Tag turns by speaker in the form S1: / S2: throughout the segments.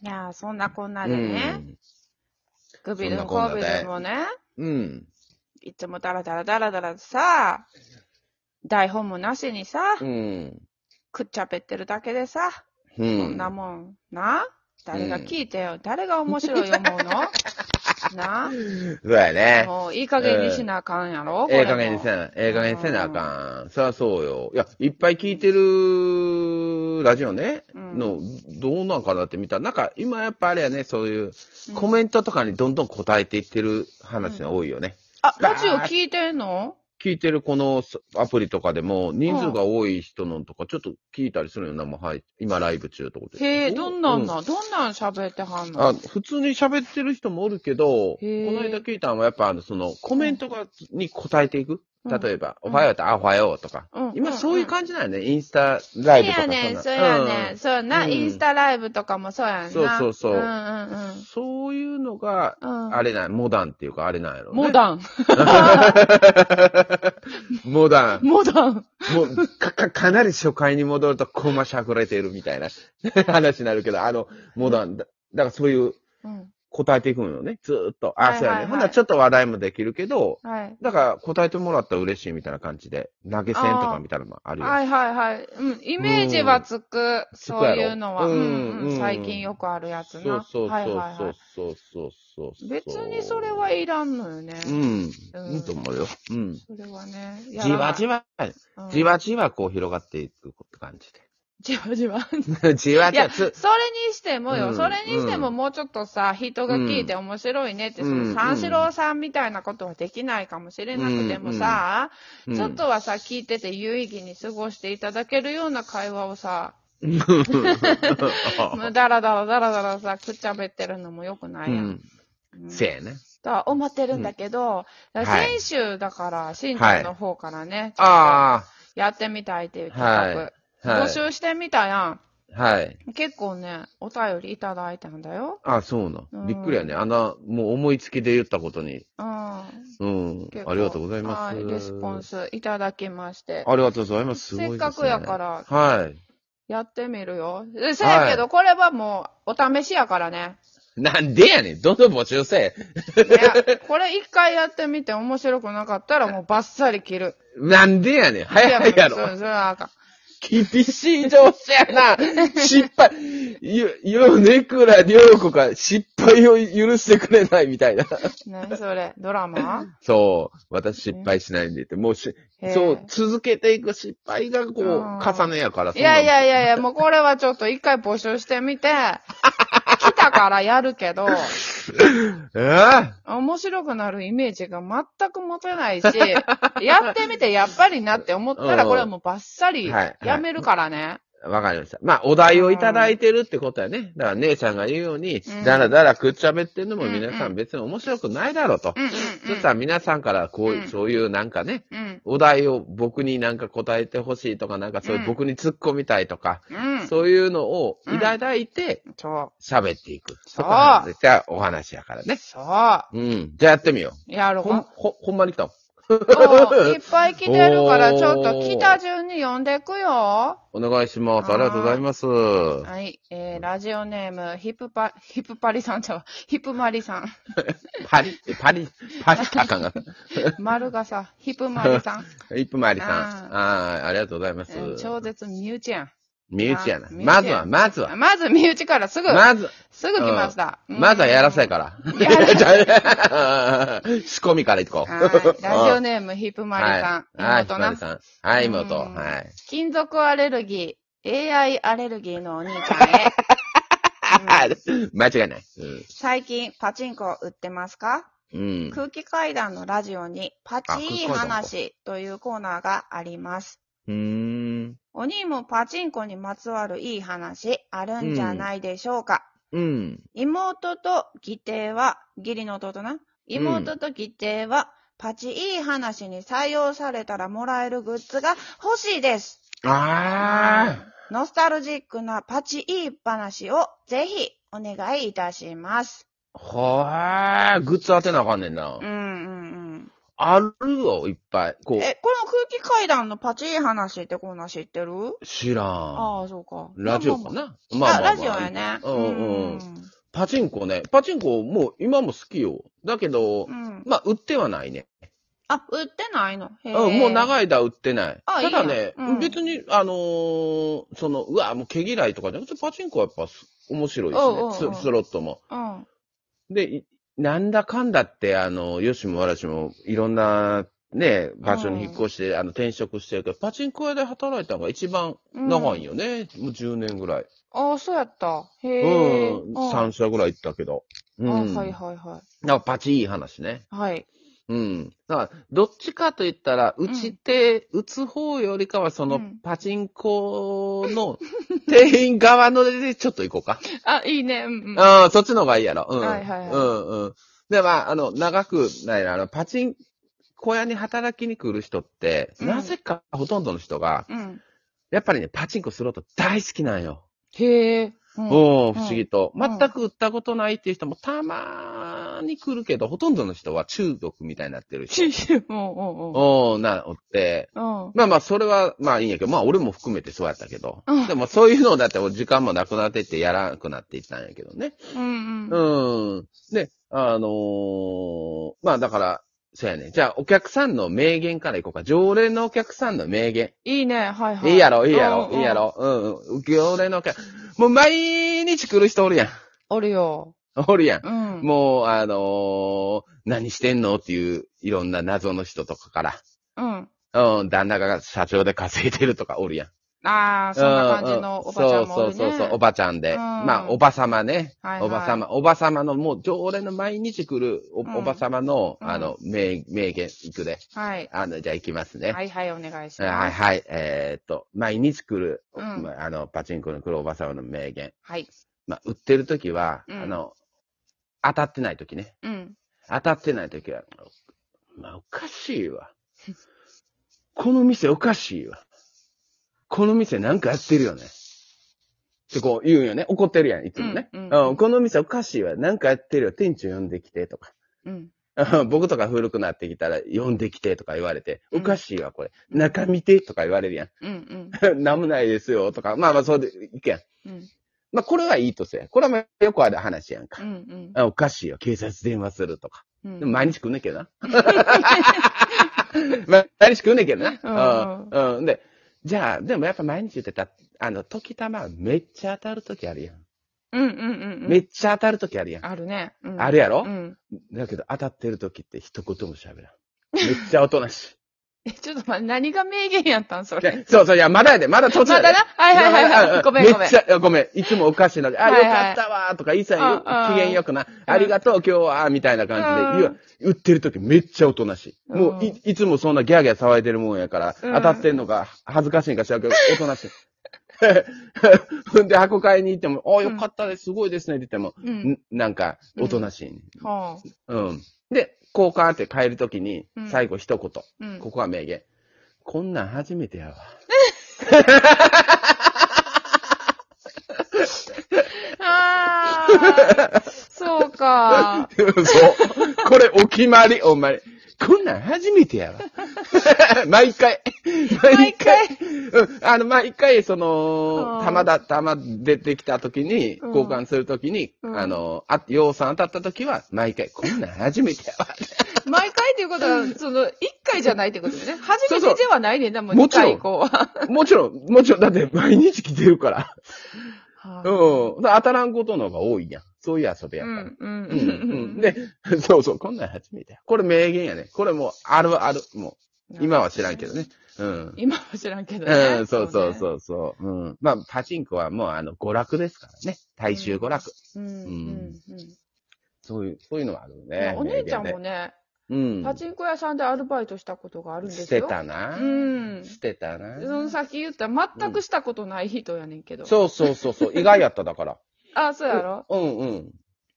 S1: いやー、そんなこんな
S2: う
S1: でね、
S2: ん。
S1: グビル
S2: そ
S1: も
S2: ん
S1: コ
S2: なこんな
S1: ービ
S2: で
S1: ルもね、
S2: うん。
S1: いつもダラダラダラダラさ、台本もなしにさ、
S2: うん。
S1: くっちゃべってるだけでさ、
S2: う。
S1: こんなんもん、な誰が聞いてよ、誰が面白い思うの な
S2: そうやね。
S1: もういい加減にしなあかんやろ、こ
S2: え
S1: れ
S2: え
S1: も
S2: 加減にせな、ええ加減にせなあかん。そりゃそうよ。いや、いっぱい聞いてるラジオね、
S1: うん
S2: の、どうなんかなって見たら、なんか今やっぱあれやね、そういうコメントとかにどんどん答えていってる話が多いよね。
S1: あ、ラジオ聞いてんの
S2: 聞いてるこのアプリとかでも、人数が多い人のとか、ちょっと聞いたりするよな、もう、はい、今ライブ中ってことで
S1: へえ、どんなん
S2: う
S1: な、どんなん喋ってはんの
S2: あ、普通に喋ってる人もおるけど、こ
S1: へー
S2: の間聞いたのはやっぱあの、その、コメントが、に答えていく。
S1: うん
S2: 例えば、
S1: うん
S2: おはようと、あ、おはようとか。
S1: うん
S2: 今そういう
S1: じ。
S2: 感じなんよね。インスタライブとか
S1: そうやねん、
S2: ん
S1: そう
S2: な
S1: やね
S2: うん
S1: ん、そうやな、
S2: うん
S1: インスタライブとかもそうやんな。
S2: そうそうそう
S1: うんうん
S2: そういうのが、
S1: うん。うん、
S2: あれなん、モダンっていうか、あれなんやろ、ね。
S1: モ ダン。
S2: ン。モダン。
S1: モダン。
S2: もう、か、か、かなり初回に戻ると、コマしゃくれてるみたいな 話になるけど、あの、モダンだ。だからそういう、
S1: うん。
S2: 答えていくのよね。ずーっと。
S1: は
S2: あ、
S1: い
S2: そうや
S1: はい
S2: ね。
S1: はい
S2: ほんならちょっと話題もできるけど、
S1: はい。
S2: だから、答えてもらったら嬉しいみたいな感じで、投げ銭とかみたいなのもあるよ。
S1: はいはいはい。うん。イメージはつく。そういうのは。
S2: つ
S1: う
S2: くや
S1: ん、
S2: ろうん
S1: う
S2: うん
S1: ん。最近よくあるやつ
S2: そう
S1: な。
S2: そう
S1: はいはい
S2: そ
S1: は
S2: うそうそうそうそう。
S1: い。別にそれはいらんのよね。
S2: うん。
S1: うん
S2: いいと思うよ。うん。
S1: それはね。や
S2: じ
S1: らな
S2: わ
S1: い
S2: じわ、
S1: うん
S2: じわじわこう広がっていくって感じ
S1: じわじわ。
S2: で。じわ
S1: い
S2: じわ
S1: や、
S2: つ、
S1: それにしてもよ、
S2: うん
S1: それにしてももうちょっとさ、人が聞いて面白いねって、
S2: うん
S1: そ
S2: うん
S1: の三四郎さんみたいなことはできないかもしれなくてもさ、
S2: うん
S1: ちょっとはさ、聞いてて有意義に過ごしていただけるような会話をさ、
S2: う
S1: だらだらだらだらさ、くっちゃべってるのもよくないやん。
S2: ん。
S1: うん
S2: せやね。
S1: とは思ってるんだけど、
S2: うんはい
S1: 先週だから、新庄の方からね、ちょっと
S2: あ
S1: やってみたいっていう企画、
S2: あ、は
S1: 募
S2: い。
S1: 集してみたや
S2: はい。
S1: ん。結構ね、お便りいただいたんだよ。
S2: あそう
S1: う
S2: なんん。びっくりやね。あの、もう思いつきで言ったことに。
S1: うん。
S2: うん
S1: 結。構
S2: ありがとうございます。
S1: はい、レスポンスいただきまして。
S2: ありがとうございます。すごいです、ね。
S1: せっかくやから
S2: はい。
S1: やってみるよ。でせやけど、これはもう、お試しやから ね。
S2: なんでやねん。どんどん募集せえ。
S1: ねこれ一回やってみて面白くなかったらもうバッサリ切る。
S2: なんでやねん。早いや
S1: そ
S2: ろ。
S1: う、それはあかん。
S2: 厳しい上司やな。失敗。ゆ、よ、ねくらりょうこが失敗を許してくれないみたいな。
S1: 何そ れ、ドラマ
S2: そう。私失敗しないんでって。もうし、
S1: へえ
S2: そう、続けていく失敗がこう、
S1: うん
S2: 重ねやから。
S1: いやいや
S2: い
S1: いやいや、もうこれはちょっと一回募集してみ て、来たからやるけど、
S2: や。
S1: 面白くなるイメージが全く持てないし、やってみてやっぱりなって思ったら、これはもうバッサリ
S2: はい
S1: やめるからね。
S2: えーわかりました。まあ、お題をいただいてるってことやね。だから姉ちゃんが言うように、
S1: うん
S2: だらだらくっちゃべってんのも皆
S1: うん
S2: さ
S1: うん
S2: ん別に面白くないだろうと。
S1: うんうん
S2: そしたら皆さんからこういう、
S1: うん
S2: そういうなんかね、
S1: うん。
S2: お題を僕になんか答えてほしいとか、なんかそういううん僕に突っ込みたいとか、
S1: うん。うん。
S2: そういうのをいただいて
S1: そう。
S2: 喋っていく。
S1: そう
S2: そう。じゃあお話やからね。
S1: そう。
S2: うん。じゃあやってみよ
S1: や
S2: う。
S1: ろう
S2: ほん、
S1: か。
S2: ほ、ほんまに来たん
S1: そういっぱい来てるから、ちょっと来た順に呼んでくよ。
S2: お願いします。ありがとうございます。
S1: はい。えー、ラジオネーム、ヒップパ、ヒップパリさんちゃうわヒップマリ さん。
S2: パリ、パリ、パリ、あ かんが。
S1: 丸がさ、ヒップマリさん。
S2: 一分まりさん。
S1: あ
S2: ああー、ありがとうございま
S1: え
S2: す。
S1: ー超絶身内やん。
S2: 身内やな。
S1: あ身内や
S2: まずは、まずは。
S1: まず身内からすぐ、
S2: まず、
S1: すぐ来ました。うん
S2: まずはやらせやから。
S1: やらせ
S2: 仕込みからいこう。
S1: はい。ラジオネーム、ヒップマリさん。
S2: はい、
S1: 妹
S2: 妹
S1: な
S2: な。はい、妹。
S1: うん
S2: はい。
S1: 金属アレルギー、AI アレルギーのお兄ちゃんへ。
S2: 間違いない。 うん
S1: 最近、パチンコ売ってますか、
S2: うん。
S1: 空気階段のラジオに、パチいい話というコーナーがあります。
S2: うーん。
S1: お兄もパチンコにまつわるいい話、あるんじゃないでしょうか、
S2: うん。
S1: 妹と義弟は、義理の弟な。妹と義弟は、パチいい話に採用されたらもらえるグッズが欲しいです。
S2: ああ。
S1: ノスタルジックなパチいい話をぜひお願いいたします。
S2: ほー、グッズ当てなあかんねんな
S1: う。んうんうん。
S2: あるよ、いっぱい。こ
S1: え、この空気階段のパチい話ってこんなん知ってる
S2: う、知らん。
S1: ああ、そうか。
S2: ラジオ
S1: ま
S2: か
S1: あ
S2: な
S1: ま
S2: ま
S1: あまああ、ラジオやね。
S2: うんうん
S1: うん。
S2: パチンコね。パチンコ、もう今も好きよ。だけど、
S1: うん。
S2: まあ、売ってはないね。
S1: あ、売ってないのへ
S2: うん、もう
S1: い。
S2: 長い間売ってない。
S1: あ
S2: ただね、
S1: いいやんうん
S2: 別に、あのーその、うわ、もう毛嫌いとかじゃなくて、パチンコはやっぱす面白いですね。
S1: おうおうおう
S2: ススロットも。
S1: うん。
S2: で、いなんだかんだって、あの、よしもわらしも、いろんな、ね、場所に引っ越して、あの、転職してるけど、パチンコ屋で働いたのが一番
S1: うん
S2: 長いんよね。もう10年ぐらい。
S1: ああ、そうやった。
S2: う
S1: へえ。
S2: ん。3社ぐらい行ったけど。うん。
S1: ああ、はいはいは
S2: なんかパチいい話ね。
S1: い。はい。
S2: うん。だから、どっちかと言ったら、打ち手、打つ方よりかは、そうの
S1: ん、
S2: パチンコの、店員側のでちょっと行こうか。
S1: あ、いいね。うんうん。
S2: ああ、そっちの方がいいやろ。うん。
S1: はいはいはい
S2: うんうん。で、まあ、あの、長く、ないなあの、パチンコ屋に働きに来る人って、
S1: うん
S2: なぜかほとんどの人が、
S1: うん。
S2: やっぱりね、パチンコスロット大好きなんよ。
S1: へえ。 うん
S2: おお
S1: う
S2: 不
S1: ん
S2: 思議と。
S1: うん
S2: 全く売ったことないっていう人もたまーに来るけど、ほとんどの人は中毒みたいになってる人。
S1: シュシュ。うんうん
S2: おー、な、おって、
S1: うん。うん。
S2: まあまあ、それは、まあいいんやけど、まあ俺も含めてそうやったけど
S1: うん。
S2: でもそういうのだって時間もなくなってってやらなくなっていったんやけどね。
S1: うんうん。
S2: うん。で、あのーまあだから、そうやね。じゃあお客さんの名言からいこうか。常連のお客さんの名言。
S1: いいね。はいはい。
S2: いいやろ、いいやろ
S1: う、んうん
S2: いいや。ろ。うんうん。常連のお客もう毎日来る人おるやん。
S1: おるよ。
S2: おるやん。
S1: うん。
S2: もう、あのー何してんのっていう、いろんな謎の人とかから。
S1: うん。
S2: うん、旦那が社長で稼いでるとかおるやん。
S1: ああ、そんな感じのおばちゃんもおるね。
S2: そうそうそうそう、おばちゃんで。
S1: うん
S2: まあ、おば様ね。
S1: はいはい
S2: おば様、おば様の、もう常連の毎日来るお,、
S1: うん
S2: ば様の、
S1: うん
S2: あの、名、名言、いくで。
S1: はい。
S2: あの、じゃあ行きますね。
S1: はいはい、お願いし
S2: はい、は
S1: ま
S2: い、
S1: す。
S2: えーっと、毎日来る、
S1: うん
S2: まああの、パチンコの来るおば様の名言。
S1: はい。
S2: まあ、売ってる時は、
S1: うん
S2: あの、当たってない時ね。
S1: うん。
S2: 当たってない時は、まあ、おかしいわ。この店おかしいわ。この店なんかやってるよね。ってこう言うんよね。怒ってるやん、いつもね。
S1: う
S2: うんん、
S1: うん
S2: この店おかしいわ。なんかやってるよ。店長呼んできて、とか。
S1: うん。
S2: うん僕とか 古くなってきたら、呼んできて、とか言われて、
S1: うん
S2: おかしいわ、これ。中見て、とか言われるや
S1: うん。
S2: ん。 なんもないですよ、とか。まあまあ、そうで、いけん。
S1: うん。うん。
S2: まあ、これはいいとせ。これはまあよくある話やん
S1: う
S2: か。
S1: ん。
S2: あおかしいよ。警察電話するとか。
S1: うん。
S2: でも毎日食うねんけどな。 ま毎日食うねんけどな。うん。うん。で、じゃあ、でもやっぱ毎日言ってた、あの、時たまめっちゃ当たる時あるやん。
S1: うんうんうんうん。
S2: めっちゃ当たる時あるやん。
S1: あるね。うん
S2: あるやろ
S1: うん。
S2: だけど当たってる時って一言も喋らん。めっちゃおとなし
S1: え、ちょっと待って、何が名言やったんそ
S2: い。いや
S1: れ。
S2: そうそう、いや、まだやで、まだ途
S1: ま
S2: 中や
S1: だ
S2: で。
S1: なはいはいはいはい。ごめんご
S2: め
S1: め
S2: っ
S1: ん
S2: ち。ゃいや、ごめん。いつもおかしいので、あ、
S1: はいは
S2: よ
S1: い
S2: かったわーとか、いさんよ
S1: うんうん
S2: 機嫌よくな、ありがとう今日は、みたいな感じで言う、言ってる時めっちゃおとなしい。もうい、いつもそんなギャーギャー騒いでるもんやから、
S1: うん
S2: 当たってんのか恥ずかしいんか知ら んけど、おとなしい。 ほんで、箱買いに行っても、あ、よかったです、すごいですね、って言っても、
S1: うん。
S2: んなんか、おとなしい、
S1: はあ。
S2: うん。で、交換って帰るときに
S1: うん、
S2: 最後一言。
S1: うん。
S2: ここは名言。こんなん初めてやわ。
S1: ああ。そう か。
S2: そう。これお決まり、お前。こんなん初めてやわ。 毎回。
S1: 毎回。
S2: うん。あの、毎回、その
S1: う、ん
S2: 玉だ、玉出てきた時に、
S1: うん
S2: 交換する時に、
S1: うん
S2: あの、あ、洋さん当たった時は、毎回、こんなん初めてやわ。
S1: 毎回っていうことは、その、一回じゃないってことよね。初め
S2: そうそ
S1: てで
S2: う
S1: はないねんな、もう
S2: も
S1: 二
S2: ちろん
S1: 回以降は。
S2: もちろん、もちろん、だって毎日来てるから。
S1: は
S2: うん。だから当たらんことの方が多いやん。そういう遊び
S1: あ
S2: や
S1: う
S2: から。
S1: ん、うん、
S2: う
S1: うん
S2: うん
S1: ん。
S2: で、そうそう、こんなん初めてや。これ名言やね。これもう、あるある。もう、今は知らんけどね。。うん。
S1: 今は知らんけど
S2: う
S1: ね。
S2: ん、そうそう
S1: うね。
S2: そうそう、うん。まあ、パチンコはもうあの、娯楽ですからね。大衆娯楽。
S1: うん、うん、うん。
S2: そういう、そういうのはある
S1: い
S2: ね
S1: や。お姉ちゃんも
S2: 名
S1: ね、
S2: 言で、うん。
S1: パチンコ屋さんでアルバイトしたことがあるんですよ。
S2: してたな。
S1: うん
S2: してたな。
S1: そのさっき言った、全くしたことない人やねんけど。
S2: そうそうそう そう。意外やっただから。
S1: あ、そうやろ
S2: うんう。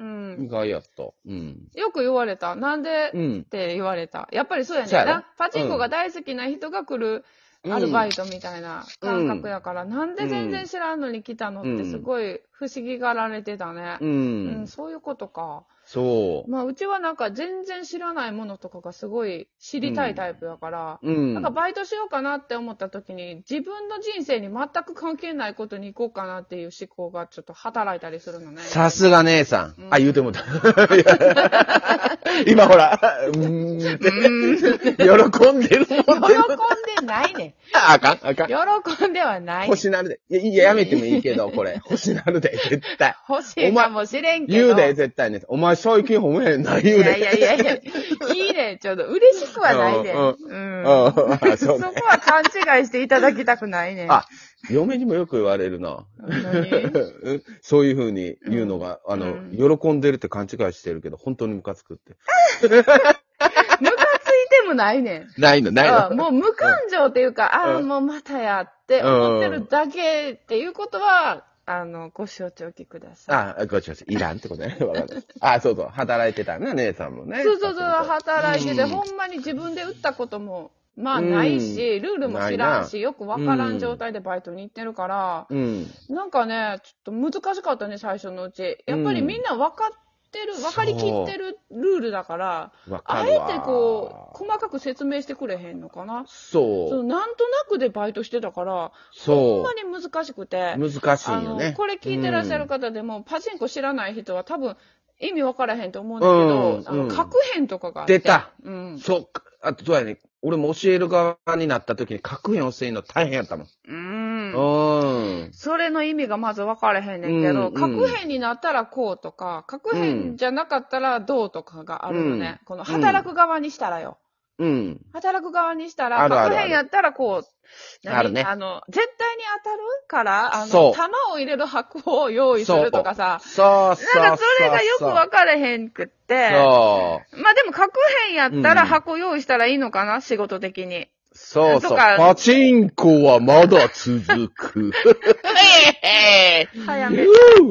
S1: うん
S2: 意
S1: ん。
S2: 外やった。うん。
S1: よく言われた。なんで
S2: う
S1: っ
S2: ん。
S1: て言われた。やっぱりそうやねん
S2: そうやろ
S1: な。パチンコが大好きな人が来る
S2: うん
S1: アルバイトみたいな感覚やから、なんで全然知らんのに来たのってすごい不思議がられてたね。
S2: う
S1: うんん、。そういうことか。
S2: そ
S1: まあ、うちはなんか全然知らないものとかがすごい知りたいタイプだから、
S2: う。うん。
S1: なんかバイトしようかなって思った時に、自分の人生に全く関係ないことに行こうかなっていう思考がちょっと働いたりするのね。
S2: さすが姉さん。
S1: うん
S2: あ、言うてもうた。 今ほら、う ーんって、喜んでる
S1: 喜
S2: もん
S1: ん
S2: ね。
S1: でない ね。
S2: あかん、あかん。
S1: 喜んではない。
S2: 欲しなるで。いや、いや、やめてもいいけど、これ。欲しなるで、絶対。
S1: 欲しいかもしれんけ
S2: 言
S1: ど。
S2: うで、絶対ね。お前、最近褒めへんな、言う
S1: いやい
S2: で。
S1: やいやいや、いいね。ちょっと嬉しくはないで。
S2: う
S1: うん。
S2: うん
S1: そ
S2: あそ
S1: こ
S2: うね
S1: は勘違いしていただきたくないね。
S2: あ嫁にもよく言われるな。
S1: 何
S2: うん そういうふうに言うのが、あの、喜んでるって勘違いしてるけど、本当にムカつくって。
S1: ムカついてもないねん。
S2: ないの、ない
S1: うんも
S2: の。
S1: う無感情っていうか、ああ、
S2: うん
S1: もうまたやって思ってるだけっていうことは、あの、ご承知おきください。
S2: あ、ごちごち。いらんってこ とね。わかる。あ、そうそう。働いてたな、姉さんもね。
S1: そうそうそう、働いてて、
S2: うん
S1: ほんまに自分で打ったことも、まあないし、ルールも知らんし、よくわからん状態でバイトに行ってるから、
S2: うん。
S1: なんかね、ちょっと難しかったね、最初のうち。やっぱりみんな分かってる、分かりきってるルールだから、
S2: わか
S1: あ
S2: る
S1: え
S2: わ。
S1: てこう、細かく説明してくれへんのかな。そ、
S2: そう
S1: なんとなくでバイトしてたから、
S2: う。
S1: ほん
S2: そ
S1: まに難しくて。
S2: う。難しい
S1: あ
S2: よ
S1: の、
S2: ね。
S1: これ聞いてらっしゃる方でも、パチンコ知らない人は多分、意味分からへんと思うんだけど、
S2: うん
S1: あ
S2: うん
S1: の、確変とかがあって。
S2: 出た
S1: うん。
S2: そうか。あと、そうやね。俺も教える側になった時に、確変をせんの大変やったもん。
S1: うん。
S2: うん。
S1: それの意味がまず分からへんねんけど、
S2: うん
S1: 核核変になったらこうとか、核変じゃなかったらどうとかがあるのね。
S2: うん
S1: この働く側にしたらよ。
S2: うん。
S1: 働く側にしたら、
S2: あるあるあ
S1: 核
S2: る
S1: 変やったらこう、何
S2: あるね
S1: あの、絶対に当たるから、あ
S2: そ
S1: の、
S2: う
S1: 弾を入れる箱を用意するとかさ、
S2: そうそうそう。
S1: なんかそれがよく分かれへんくって、
S2: そう。
S1: まあでも核変やったら
S2: うん
S1: 箱用意したらいいのかな、仕事的 に。
S2: そうそ
S1: と
S2: う。
S1: か
S2: パチンコはまだ続く。
S1: 早め。